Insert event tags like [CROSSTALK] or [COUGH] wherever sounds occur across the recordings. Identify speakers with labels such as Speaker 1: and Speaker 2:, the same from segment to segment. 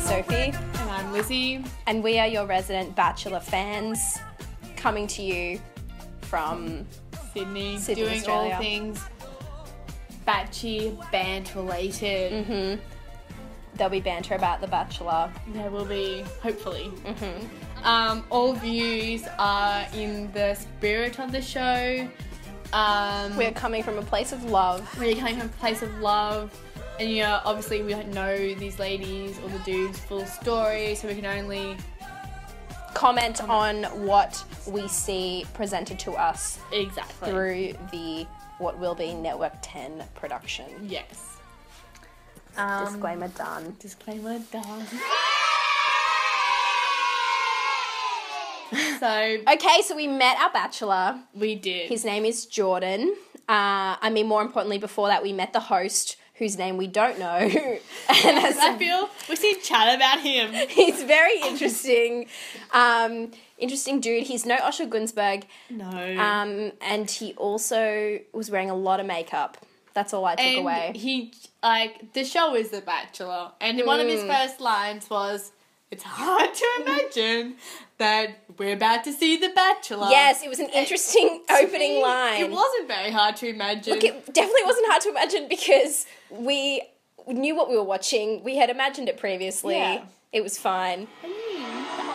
Speaker 1: Sophie,
Speaker 2: And I'm Lizzie.
Speaker 1: and we are your resident Bachelor fans coming to you from.
Speaker 2: Sydney,
Speaker 1: Sydney,
Speaker 2: doing
Speaker 1: Australia.
Speaker 2: all things batchy, band related.
Speaker 1: Mm-hmm. There'll be banter about The Bachelor.
Speaker 2: There will be, hopefully.
Speaker 1: Mm-hmm.
Speaker 2: Um, all views are in the spirit of the show. Um,
Speaker 1: We're coming from a place of love.
Speaker 2: we're coming from a place of love. And you know, obviously, we don't know these ladies or the dudes' full story, so we can only
Speaker 1: Comment on what we see presented to us
Speaker 2: exactly.
Speaker 1: through the what will be Network 10 production.
Speaker 2: Yes. Um,
Speaker 1: Disclaimer done.
Speaker 2: Disclaimer
Speaker 1: [LAUGHS]
Speaker 2: done. so
Speaker 1: Okay, so we met our Bachelor.
Speaker 2: we did.
Speaker 1: His name is Jordan. Uh, I mean, more importantly, before that, we met the host, whose name we don't know. [LAUGHS] and that's
Speaker 2: I feel we should chat about him.
Speaker 1: he's very interesting, um, interesting dude. He's no Osher Gunsberg,
Speaker 2: [LAUGHS] No.
Speaker 1: um, and he also was wearing a lot of makeup. That's all I took
Speaker 2: and
Speaker 1: away.
Speaker 2: he like the show is The Bachelor, and one of his
Speaker 1: Mm.
Speaker 2: first lines was, "It's hard to imagine that we're about to see The Bachelor."
Speaker 1: yes, it was
Speaker 2: [LAUGHS]
Speaker 1: an interesting opening
Speaker 2: It-
Speaker 1: line.
Speaker 2: It wasn't very hard to imagine.
Speaker 1: Look, it definitely wasn't hard to imagine because we knew what we were watching. We had imagined it previously.
Speaker 2: Yeah.
Speaker 1: It was fine.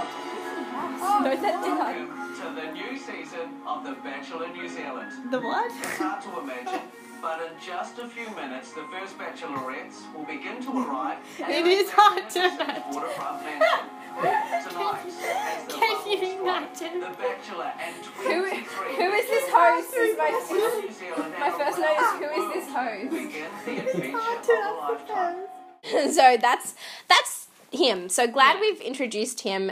Speaker 1: No, that did I.
Speaker 3: Welcome to the new season of The Bachelor New Zealand.
Speaker 2: the what?
Speaker 3: It's hard to imagine, but in just a few minutes, the first bachelorettes will begin to arrive.
Speaker 2: It is hard to imagine.
Speaker 3: Waterfront mansion. Tonight, as
Speaker 2: Can
Speaker 3: the bubbles
Speaker 2: you
Speaker 3: strike,
Speaker 2: imagine?
Speaker 3: The Bachelor and
Speaker 1: Who,
Speaker 3: 23
Speaker 1: who is this host? Is my,
Speaker 3: New Zealand
Speaker 1: my
Speaker 3: and
Speaker 1: first note is
Speaker 3: around
Speaker 1: who is this
Speaker 3: the
Speaker 1: host?
Speaker 3: world Begin the adventure of a
Speaker 1: [LAUGHS]
Speaker 3: lifetime.
Speaker 1: so that's that's him. So glad we've introduced him.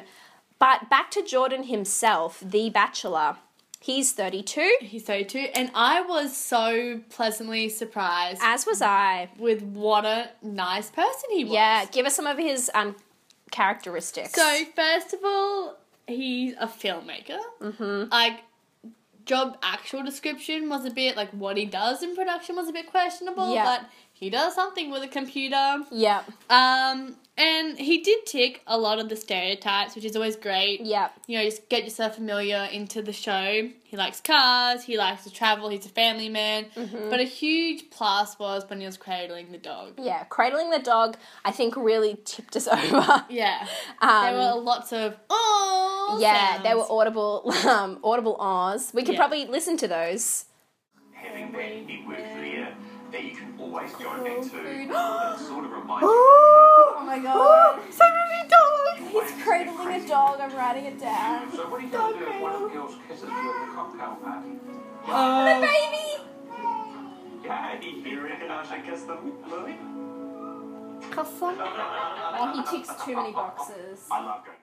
Speaker 1: But back to Jordan himself, the bachelor. He's 32,
Speaker 2: He's so too, and I was so pleasantly surprised
Speaker 1: as was I.
Speaker 2: with what a nice person he was.
Speaker 1: Yeah, give us some of his um characteristics.
Speaker 2: So first of all, he's a filmmaker. Mm-hmm. Like job actual description was a bit like what he does in production was a bit questionable,
Speaker 1: Yeah.
Speaker 2: but he does something with a computer.
Speaker 1: yeah,
Speaker 2: Um, and he did tick a lot of the stereotypes, which is always great.
Speaker 1: yeah.
Speaker 2: You know, just get yourself familiar into the show. He likes cars, he likes to travel, he's a family man.
Speaker 1: Mm-hmm.
Speaker 2: But a huge plus was when he was cradling the dog.
Speaker 1: Yeah, cradling the dog, I think, really tipped us [LAUGHS] over.
Speaker 2: Yeah.
Speaker 1: Um,
Speaker 2: there were lots of oh
Speaker 1: yeah, they were audible, [LAUGHS] um, audible ahs. We could
Speaker 2: Yeah.
Speaker 1: probably listen to those.
Speaker 3: having that network there that you can always go back to. It sort of reminds you
Speaker 1: Oh my [LAUGHS] god! so many dogs.
Speaker 3: He's cradling a
Speaker 1: dog. I'm writing it down.
Speaker 3: So what are you going to do if one of the girls kisses you at the cocktail party?
Speaker 1: The baby.
Speaker 3: Yeah, you reckon I should kiss them, Lily?
Speaker 1: Oh, he ticks too many boxes.
Speaker 3: I love going.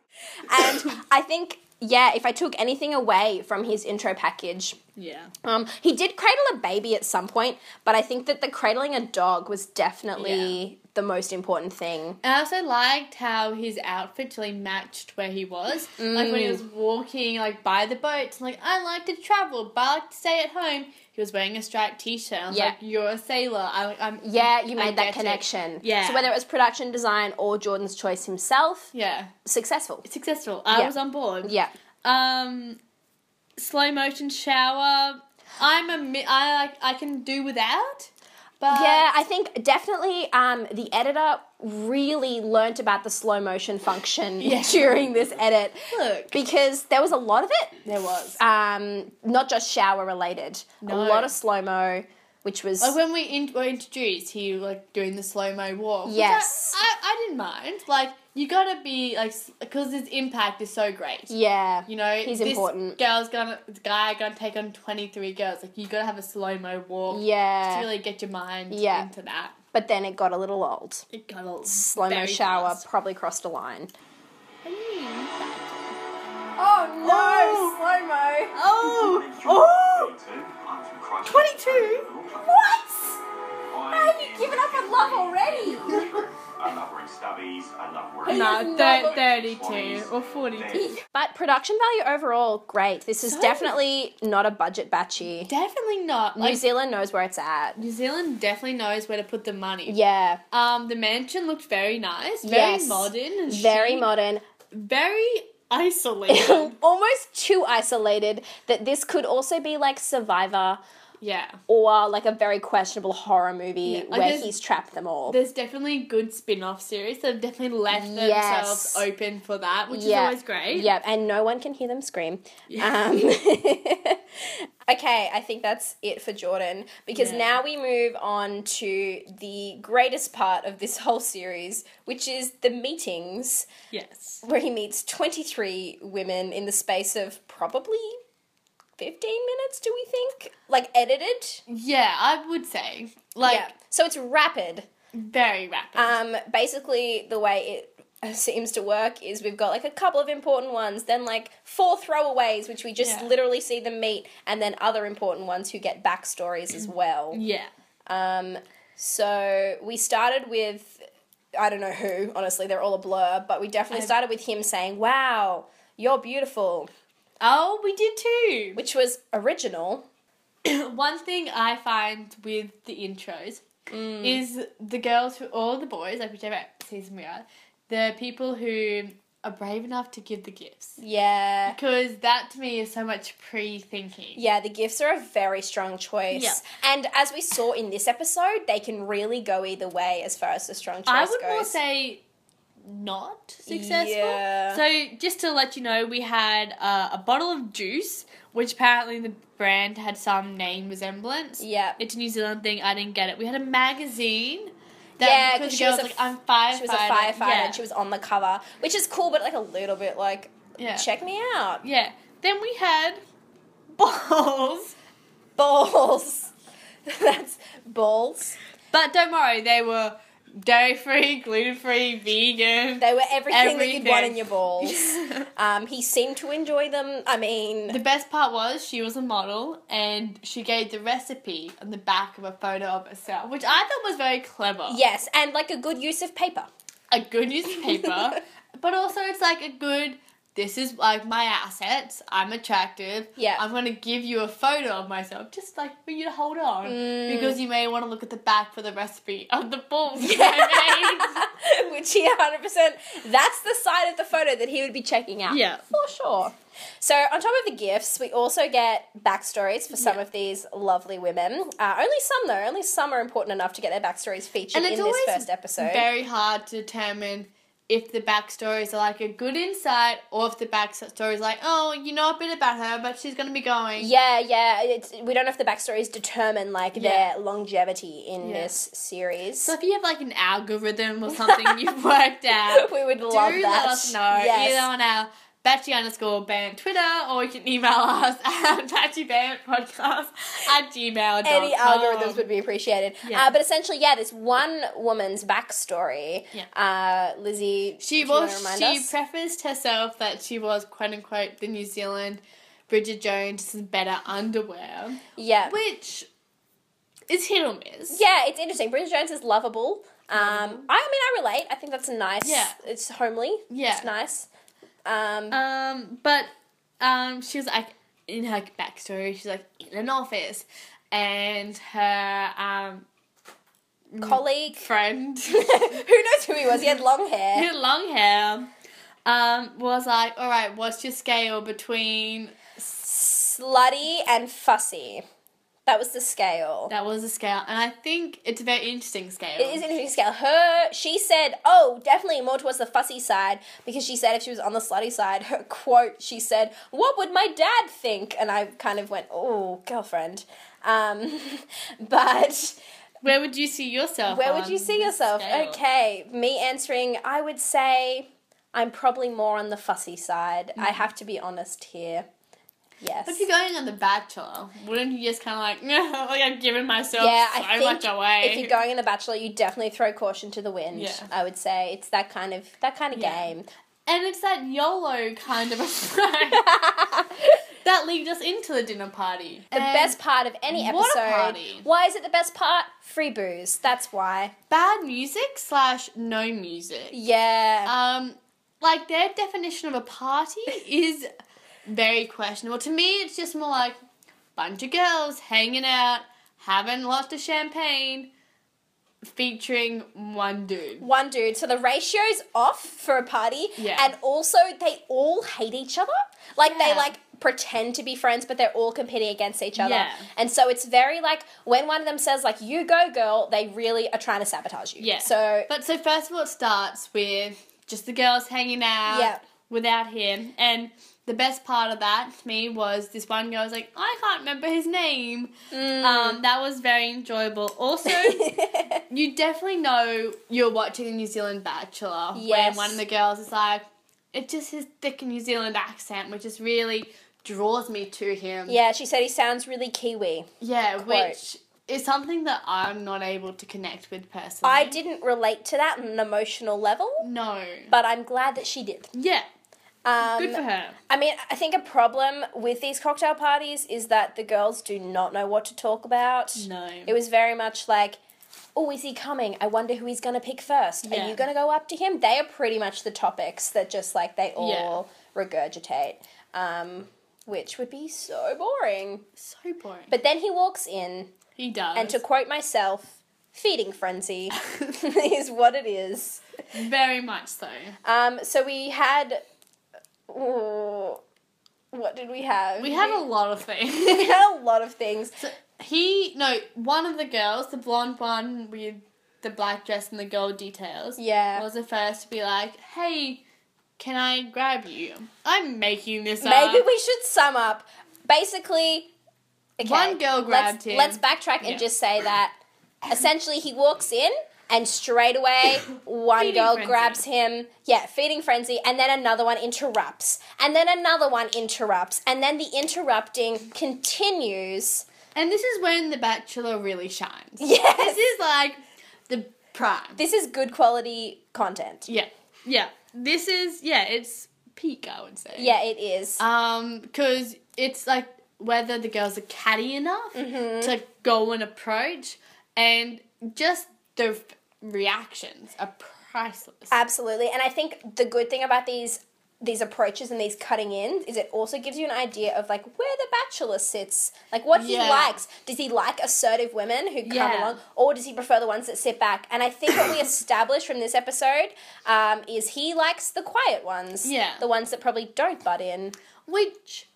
Speaker 1: And I think, yeah, if I took anything away from his intro package,
Speaker 2: Yeah.
Speaker 1: Um, he did cradle a baby at some point, but I think that the cradling a dog was definitely the most important thing.
Speaker 2: I also liked how his outfit really matched where he was. Like
Speaker 1: Mm.
Speaker 2: when he was walking like by the boats, like I like to travel, but I like to stay at home. He was wearing a striped t-shirt. I was
Speaker 1: Yeah.
Speaker 2: like, "You're a sailor." I, I'm
Speaker 1: Yeah, you
Speaker 2: I
Speaker 1: made
Speaker 2: get
Speaker 1: that
Speaker 2: it.
Speaker 1: connection.
Speaker 2: Yeah.
Speaker 1: So whether it was production design or Jordan's choice himself,
Speaker 2: Yeah,
Speaker 1: successful.
Speaker 2: successful. I
Speaker 1: Yeah.
Speaker 2: was on board.
Speaker 1: Yeah.
Speaker 2: Um, slow motion shower. I'm a mi- I like I can do without. But
Speaker 1: Yeah, I think definitely um, the editor really learnt about the slow motion function
Speaker 2: [LAUGHS] Yeah.
Speaker 1: during this edit
Speaker 2: look,
Speaker 1: because there was a lot of it.
Speaker 2: there was.
Speaker 1: Um, not just shower related, a
Speaker 2: No.
Speaker 1: lot of slow mo, which was
Speaker 2: Like Oh, when we in- were introduced, he like doing the slow mo walk. which I-
Speaker 1: Yes.
Speaker 2: I, I, didn't mind. Like you gotta be like because his impact is so great.
Speaker 1: yeah,
Speaker 2: You know,
Speaker 1: Mm. He's
Speaker 2: this
Speaker 1: important.
Speaker 2: Girl's gonna this guy gonna take on twenty three girls. Like you gotta have a slow mo walk.
Speaker 1: yeah.
Speaker 2: To really get your mind
Speaker 1: Yeah.
Speaker 2: into that.
Speaker 1: But then it got a little old.
Speaker 2: It got a
Speaker 1: Slow mo
Speaker 2: very
Speaker 1: shower
Speaker 2: fast.
Speaker 1: probably crossed a line.
Speaker 2: Oh,
Speaker 1: slow mo.
Speaker 2: Oh,
Speaker 3: Oh!
Speaker 2: 22?
Speaker 3: What?
Speaker 1: given up on love already?
Speaker 3: I love wearing stubbies. I love wearing.
Speaker 2: No,
Speaker 1: No,
Speaker 2: thir-
Speaker 1: but-
Speaker 2: 32 or 42.
Speaker 1: But production value overall, great. This is
Speaker 2: So-
Speaker 1: definitely not a budget batchy.
Speaker 2: Definitely not.
Speaker 1: New
Speaker 2: Like,
Speaker 1: Zealand knows where it's at.
Speaker 2: New Zealand definitely knows where to put the money.
Speaker 1: Yeah,
Speaker 2: Um, the mansion looked very nice, very
Speaker 1: Yes.
Speaker 2: modern, and
Speaker 1: very
Speaker 2: chic,
Speaker 1: modern. [COUGHS]
Speaker 2: very
Speaker 1: [LAUGHS]
Speaker 2: isolated.
Speaker 1: Almost too isolated that this could also be like Survivor
Speaker 2: yeah,
Speaker 1: or like a very questionable horror movie
Speaker 2: Yeah, like
Speaker 1: where
Speaker 2: there's-
Speaker 1: he's trapped them all.
Speaker 2: there's definitely good spin-off series that have definitely left
Speaker 1: Yes.
Speaker 2: themselves open for that, which
Speaker 1: Yeah.
Speaker 2: is always great.
Speaker 1: Yeah, and no one can hear them scream.
Speaker 2: Yeah.
Speaker 1: Um, [LAUGHS] okay, I think that's it for Jordan because
Speaker 2: Yeah.
Speaker 1: now we move on to the greatest part of this whole series, which is the meetings
Speaker 2: Yes.
Speaker 1: where he meets 23 women in the space of probably 15 minutes, do we think? Like edited?
Speaker 2: Yeah, I would say like
Speaker 1: yeah. So it's rapid.
Speaker 2: very rapid.
Speaker 1: Um, basically, the way it [LAUGHS] seems to work is we've got like a couple of important ones, then like four throwaways, which we just
Speaker 2: Yeah.
Speaker 1: literally see them meet, and then other important ones who get backstories
Speaker 2: [CLEARS THROAT]
Speaker 1: as well.
Speaker 2: yeah.
Speaker 1: Um, so we started with I don't know who, honestly, they're all a blur, but we definitely
Speaker 2: I-
Speaker 1: started with him saying, Wow, you're beautiful,
Speaker 2: Oh, we did too.
Speaker 1: which was original.
Speaker 2: one thing I find with the intros
Speaker 1: mm.
Speaker 2: is the girls who, or the boys, like whichever season we are, the people who are brave enough to give the gifts.
Speaker 1: Yeah.
Speaker 2: Because that to me is so much pre thinking.
Speaker 1: Yeah, the gifts are a very strong choice.
Speaker 2: Yeah.
Speaker 1: And as we saw in this episode, they can really go either way as far as the strong choice
Speaker 2: I would
Speaker 1: goes.
Speaker 2: more say not successful.
Speaker 1: Yeah.
Speaker 2: So just to let you know, we had uh, a bottle of juice, which apparently the brand had some name resemblance.
Speaker 1: yeah.
Speaker 2: It's a New Zealand thing. I didn't get it. We had a magazine. That
Speaker 1: Yeah,
Speaker 2: because
Speaker 1: 'cause
Speaker 2: the
Speaker 1: she
Speaker 2: girl
Speaker 1: was
Speaker 2: was
Speaker 1: a
Speaker 2: like, I'm firefighter.
Speaker 1: She was a firefighter
Speaker 2: Yeah.
Speaker 1: and she was on the cover, which is cool, but like a little bit like,
Speaker 2: Yeah.
Speaker 1: check me out. [LAUGHS]
Speaker 2: Yeah. Then we had [LAUGHS] balls.
Speaker 1: Balls. That's balls.
Speaker 2: But don't worry, they were dairy free, gluten free, vegan.
Speaker 1: They were everything, that you'd want
Speaker 2: Everything.
Speaker 1: in your
Speaker 2: [LAUGHS]
Speaker 1: balls.
Speaker 2: the
Speaker 1: um, he seemed to enjoy them. I mean,
Speaker 2: best part was she was a model and she gave the recipe on the back of a photo of herself, which I thought was very clever.
Speaker 1: yes, and like a good use of paper.
Speaker 2: A good
Speaker 1: [LAUGHS]
Speaker 2: newspaper, but also it's like a good. This is like my assets. I'm attractive.
Speaker 1: Yeah.
Speaker 2: I'm gonna give you a photo of myself, just like for you to hold on,
Speaker 1: Mm.
Speaker 2: because you may want to look at the back for the recipe of the
Speaker 1: [LAUGHS]
Speaker 2: balls I made.
Speaker 1: Which he 100%, that's the side of the photo that he would be checking out.
Speaker 2: Yeah.
Speaker 1: For sure. So, on top of the gifts, we also get backstories for some
Speaker 2: Yeah.
Speaker 1: of these lovely women. Uh, only some, though. Only some are important enough to get their backstories featured
Speaker 2: And it's
Speaker 1: in this
Speaker 2: always
Speaker 1: first episode.
Speaker 2: Very hard to determine if the backstories are like a good insight or if the backstory is like, oh, you know a bit about her, but she's gonna be going.
Speaker 1: yeah, yeah. It's, we don't know if the backstories determine like
Speaker 2: Yeah.
Speaker 1: their longevity in
Speaker 2: Yeah.
Speaker 1: this series.
Speaker 2: So if you have like an algorithm or something you've worked out,
Speaker 1: [LAUGHS] we would
Speaker 2: do
Speaker 1: love that.
Speaker 2: let us know
Speaker 1: Yes.
Speaker 2: either on our Batchy underscore band Twitter or you can email us [LAUGHS] at batchybandpodcast at gmail.
Speaker 1: any algorithms would be appreciated.
Speaker 2: Yeah.
Speaker 1: Uh, but essentially, yeah, this one woman's backstory.
Speaker 2: Yeah.
Speaker 1: Uh, Lizzie, do
Speaker 2: She
Speaker 1: you wanna
Speaker 2: was.
Speaker 1: remind
Speaker 2: She
Speaker 1: us?
Speaker 2: prefaced herself that she was quote unquote the New Zealand Bridget Jones in better underwear,
Speaker 1: yeah,
Speaker 2: which is hit or miss.
Speaker 1: yeah. It's interesting. Bridget Jones is lovable. Um, I mean, I relate. I think that's nice.
Speaker 2: Yeah.
Speaker 1: it's homely.
Speaker 2: Yeah.
Speaker 1: it's nice. Um,
Speaker 2: Um, but um, she was like in her backstory. She's like in an office, and her um
Speaker 1: colleague.
Speaker 2: friend [LAUGHS]
Speaker 1: who knows [LAUGHS] who he was? He had long hair.
Speaker 2: with long hair um was like, all right, what's your scale between?
Speaker 1: Slutty and fussy. That was the scale.
Speaker 2: That was a scale, and I think it's a very interesting scale.
Speaker 1: It is an interesting scale. Her, she said, oh, definitely more towards the fussy side because she said if she was on the slutty side, her quote, she said, what would my dad think? And I kind of went, oh, girlfriend. Um, [LAUGHS] but
Speaker 2: Where would you see yourself?
Speaker 1: where would you
Speaker 2: on
Speaker 1: see
Speaker 2: the
Speaker 1: yourself?
Speaker 2: scale?
Speaker 1: Okay, me answering, I would say I'm probably more on the fussy side. I have to be honest here. Yes.
Speaker 2: Mm-hmm. But if you're going on The Bachelor, wouldn't you just kind of like, [LAUGHS] like I've given myself
Speaker 1: Yeah,
Speaker 2: so
Speaker 1: I think
Speaker 2: much away?
Speaker 1: if you're going in the bachelor, you definitely throw caution to the wind.
Speaker 2: Yeah.
Speaker 1: I would say it's that kind of that kind of
Speaker 2: Yeah.
Speaker 1: game.
Speaker 2: [LAUGHS] and it's that YOLO kind of approach. that leads us into the dinner party.
Speaker 1: The best part of any
Speaker 2: what a
Speaker 1: episode.
Speaker 2: party.
Speaker 1: Why is it the best part? Free booze. That's why.
Speaker 2: bad music slash no music.
Speaker 1: Yeah.
Speaker 2: Um, like their definition of a party is very questionable. To me, it's just more like bunch of girls hanging out, having lots of champagne, featuring one dude.
Speaker 1: one dude. So the ratio's off for a party.
Speaker 2: Yeah.
Speaker 1: And also they all hate each other. Like
Speaker 2: Yeah.
Speaker 1: they like pretend to be friends, but they're all competing against each other.
Speaker 2: Yeah.
Speaker 1: And so it's very like when one of them says like you go girl, they really are trying to sabotage you.
Speaker 2: Yeah.
Speaker 1: So
Speaker 2: But so first of all, it starts with just the girls hanging out
Speaker 1: Yeah.
Speaker 2: without him, and the best part of that to me was this one girl was like, I can't remember his name.
Speaker 1: Mm.
Speaker 2: Um, that was very enjoyable.
Speaker 1: [LAUGHS]
Speaker 2: Also, you definitely know you're watching a New Zealand Bachelor when
Speaker 1: Yes.
Speaker 2: one of the girls is like, it's just his thick New Zealand accent, which just really draws me to him.
Speaker 1: yeah, she said he sounds really Kiwi.
Speaker 2: Yeah,
Speaker 1: Quote.
Speaker 2: which is something that I'm not able to connect with personally.
Speaker 1: I didn't relate to that on an emotional level,
Speaker 2: No.
Speaker 1: but I'm glad that she did.
Speaker 2: yeah,
Speaker 1: Um,
Speaker 2: good for her.
Speaker 1: I mean, I think a problem with these cocktail parties is that the girls do not know what to talk about.
Speaker 2: No.
Speaker 1: It was very much like, oh, is he coming? I wonder who he's going to pick first.
Speaker 2: Yeah.
Speaker 1: Are you going to go up to him? They are pretty much the topics that just like they all regurgitate, um, which would be so boring.
Speaker 2: so boring.
Speaker 1: But then he walks in,
Speaker 2: he does.
Speaker 1: and to quote myself, feeding frenzy [LAUGHS] is what it is.
Speaker 2: very much so.
Speaker 1: Um, so we had. ooh, what did we have?
Speaker 2: We had a lot of things.
Speaker 1: we had [LAUGHS] a lot of things.
Speaker 2: So he no one of the girls, the blonde one with the black dress and the gold details,
Speaker 1: Yeah.
Speaker 2: was the first to be like, "Hey, can I grab you?" I'm making this up.
Speaker 1: Maybe we should sum up. Basically, okay,
Speaker 2: One girl
Speaker 1: let's,
Speaker 2: grabbed him.
Speaker 1: Let's backtrack and
Speaker 2: Yeah.
Speaker 1: just say that essentially he walks in and straight
Speaker 2: [COUGHS]
Speaker 1: away one
Speaker 2: Feeding
Speaker 1: girl
Speaker 2: frenzy.
Speaker 1: grabs him. Yeah, feeding frenzy, and then another one interrupts, and then another one interrupts, and then the interrupting continues.
Speaker 2: and this is when the Bachelor really shines.
Speaker 1: Yes,
Speaker 2: This is like the prime.
Speaker 1: this is good quality content.
Speaker 2: yeah, yeah. This is yeah. It's peak, I would say.
Speaker 1: Yeah, it is.
Speaker 2: Um, because it's like whether the girls are catty enough to go and approach, and just their f- reactions are priceless.
Speaker 1: Absolutely. And I think the good thing about these these approaches and these cutting in is it also gives you an idea of like where the bachelor sits, like what he
Speaker 2: Yeah.
Speaker 1: likes. Does he like assertive women who come
Speaker 2: Yeah.
Speaker 1: along, or does he prefer the ones that sit back? And I think
Speaker 2: [COUGHS]
Speaker 1: what we established from this episode um, is he likes the quiet ones,
Speaker 2: Yeah.
Speaker 1: the ones that probably don't butt in.
Speaker 2: which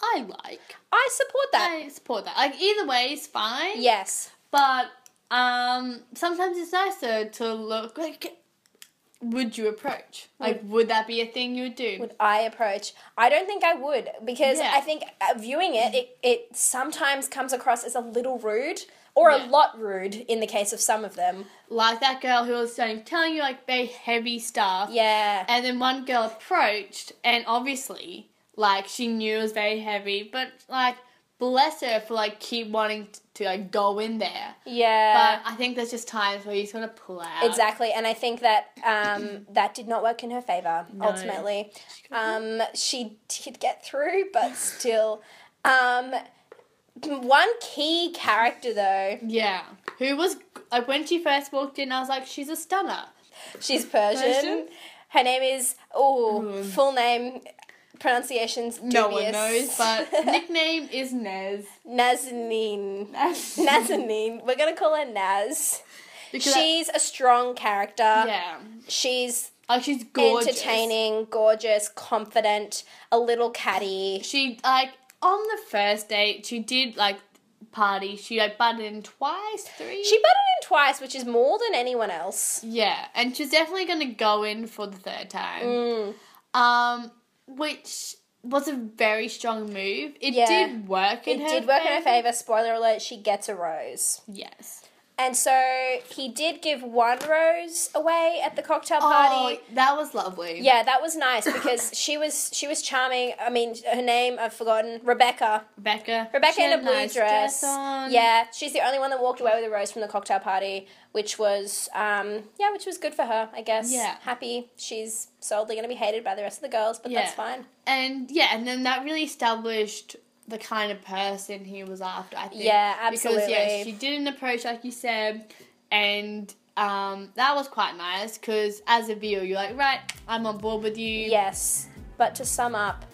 Speaker 2: I like.
Speaker 1: I support that.
Speaker 2: I support that. Like either way is fine.
Speaker 1: yes,
Speaker 2: But um, sometimes it's nicer to look like. Would you approach? Like, would that be a thing you would do?
Speaker 1: would I approach? I don't think I would because
Speaker 2: Yeah.
Speaker 1: I think uh, viewing it, it, it sometimes comes across as a little rude or
Speaker 2: Yeah.
Speaker 1: a lot rude in the case of some of them.
Speaker 2: like that girl who was saying, telling you like very heavy stuff.
Speaker 1: Yeah.
Speaker 2: And then one girl approached, and obviously, like she knew it was very heavy, but like bless her for like keep wanting t- to like go in there.
Speaker 1: yeah.
Speaker 2: but I think there's just times where you sort of pull out.
Speaker 1: Exactly, and I think that um, that did not work in her favor.
Speaker 2: No.
Speaker 1: Ultimately, um, she did get through, but still, um, one key character though,
Speaker 2: Yeah. Who was like when she first walked in, I was like, she's a stunner.
Speaker 1: she's Persian.
Speaker 2: Persian?
Speaker 1: Her name is oh,
Speaker 2: Mm.
Speaker 1: full name, pronunciations dubious.
Speaker 2: No one knows, but
Speaker 1: [LAUGHS]
Speaker 2: nickname is Nez.
Speaker 1: Nazanin.
Speaker 2: Nez.
Speaker 1: Nazanin. We're gonna call her Naz.
Speaker 2: Because I-
Speaker 1: She's a strong character.
Speaker 2: yeah.
Speaker 1: She's
Speaker 2: Like she's gorgeous.
Speaker 1: entertaining, gorgeous, confident, a little catty.
Speaker 2: She like on the first date, she did like party. She like butted in twice, three.
Speaker 1: She butted in twice, which is more than anyone else.
Speaker 2: yeah, and she's definitely gonna go in for the third time.
Speaker 1: Mm.
Speaker 2: Um, which was a very strong move. It
Speaker 1: Yeah.
Speaker 2: did work.
Speaker 1: It
Speaker 2: In her
Speaker 1: did work in her favor. Spoiler alert: she gets a rose.
Speaker 2: Yes.
Speaker 1: And so he did give one rose away at the cocktail
Speaker 2: Oh,
Speaker 1: party.
Speaker 2: that was lovely.
Speaker 1: Yeah, that was nice because she was she was charming. I mean, her name I've forgotten. Rebecca.
Speaker 2: Rebecca.
Speaker 1: Rebecca
Speaker 2: She
Speaker 1: in
Speaker 2: had
Speaker 1: a blue
Speaker 2: nice
Speaker 1: dress.
Speaker 2: on.
Speaker 1: Yeah, she's the only one that walked away with a rose from the cocktail party, which was um yeah, which was good for her, I guess.
Speaker 2: Yeah.
Speaker 1: Happy. She's solidly going to be hated by the rest of the girls, but that's
Speaker 2: Yeah.
Speaker 1: fine.
Speaker 2: And yeah, and then that really established the kind of person he was after, I think.
Speaker 1: Yeah,
Speaker 2: Because yeah,
Speaker 1: absolutely.
Speaker 2: she didn't approach like you said, and um, that was quite nice because as a viewer, you're like, right, I'm on board with you.
Speaker 1: Yes. But to sum up,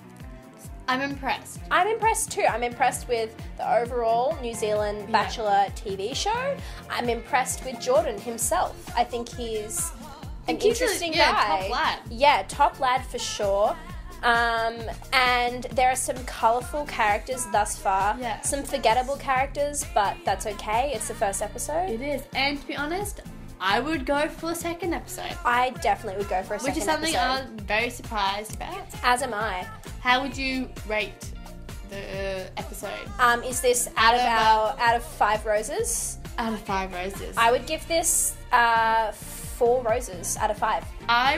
Speaker 2: I'm impressed.
Speaker 1: I'm impressed too. I'm impressed with the overall New Zealand Bachelor TV show. I'm impressed with Jordan himself. I think he's an
Speaker 2: think he's a-
Speaker 1: interesting
Speaker 2: yeah,
Speaker 1: guy.
Speaker 2: top lad.
Speaker 1: Yeah, top lad for sure. Um, and there are some colourful characters thus far.
Speaker 2: Yeah.
Speaker 1: Some forgettable characters, but that's okay. It's the first episode.
Speaker 2: It is, and to be honest, I would go for a second episode,
Speaker 1: I definitely would go for a
Speaker 2: which
Speaker 1: second
Speaker 2: is something
Speaker 1: episode.
Speaker 2: I'm very surprised about.
Speaker 1: As am I.
Speaker 2: How would you rate the episode
Speaker 1: Um, is this out of
Speaker 2: Out of
Speaker 1: our out of five roses?
Speaker 2: out of five roses? I,
Speaker 1: I would give this uh, four roses out of five.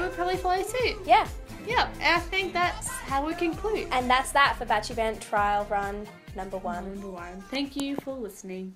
Speaker 2: would probably follow suit.
Speaker 1: Yeah,
Speaker 2: Yep, and I think that's how we conclude.
Speaker 1: and that's that for Batch Event Trial Run number one.
Speaker 2: Number one. Thank you for listening.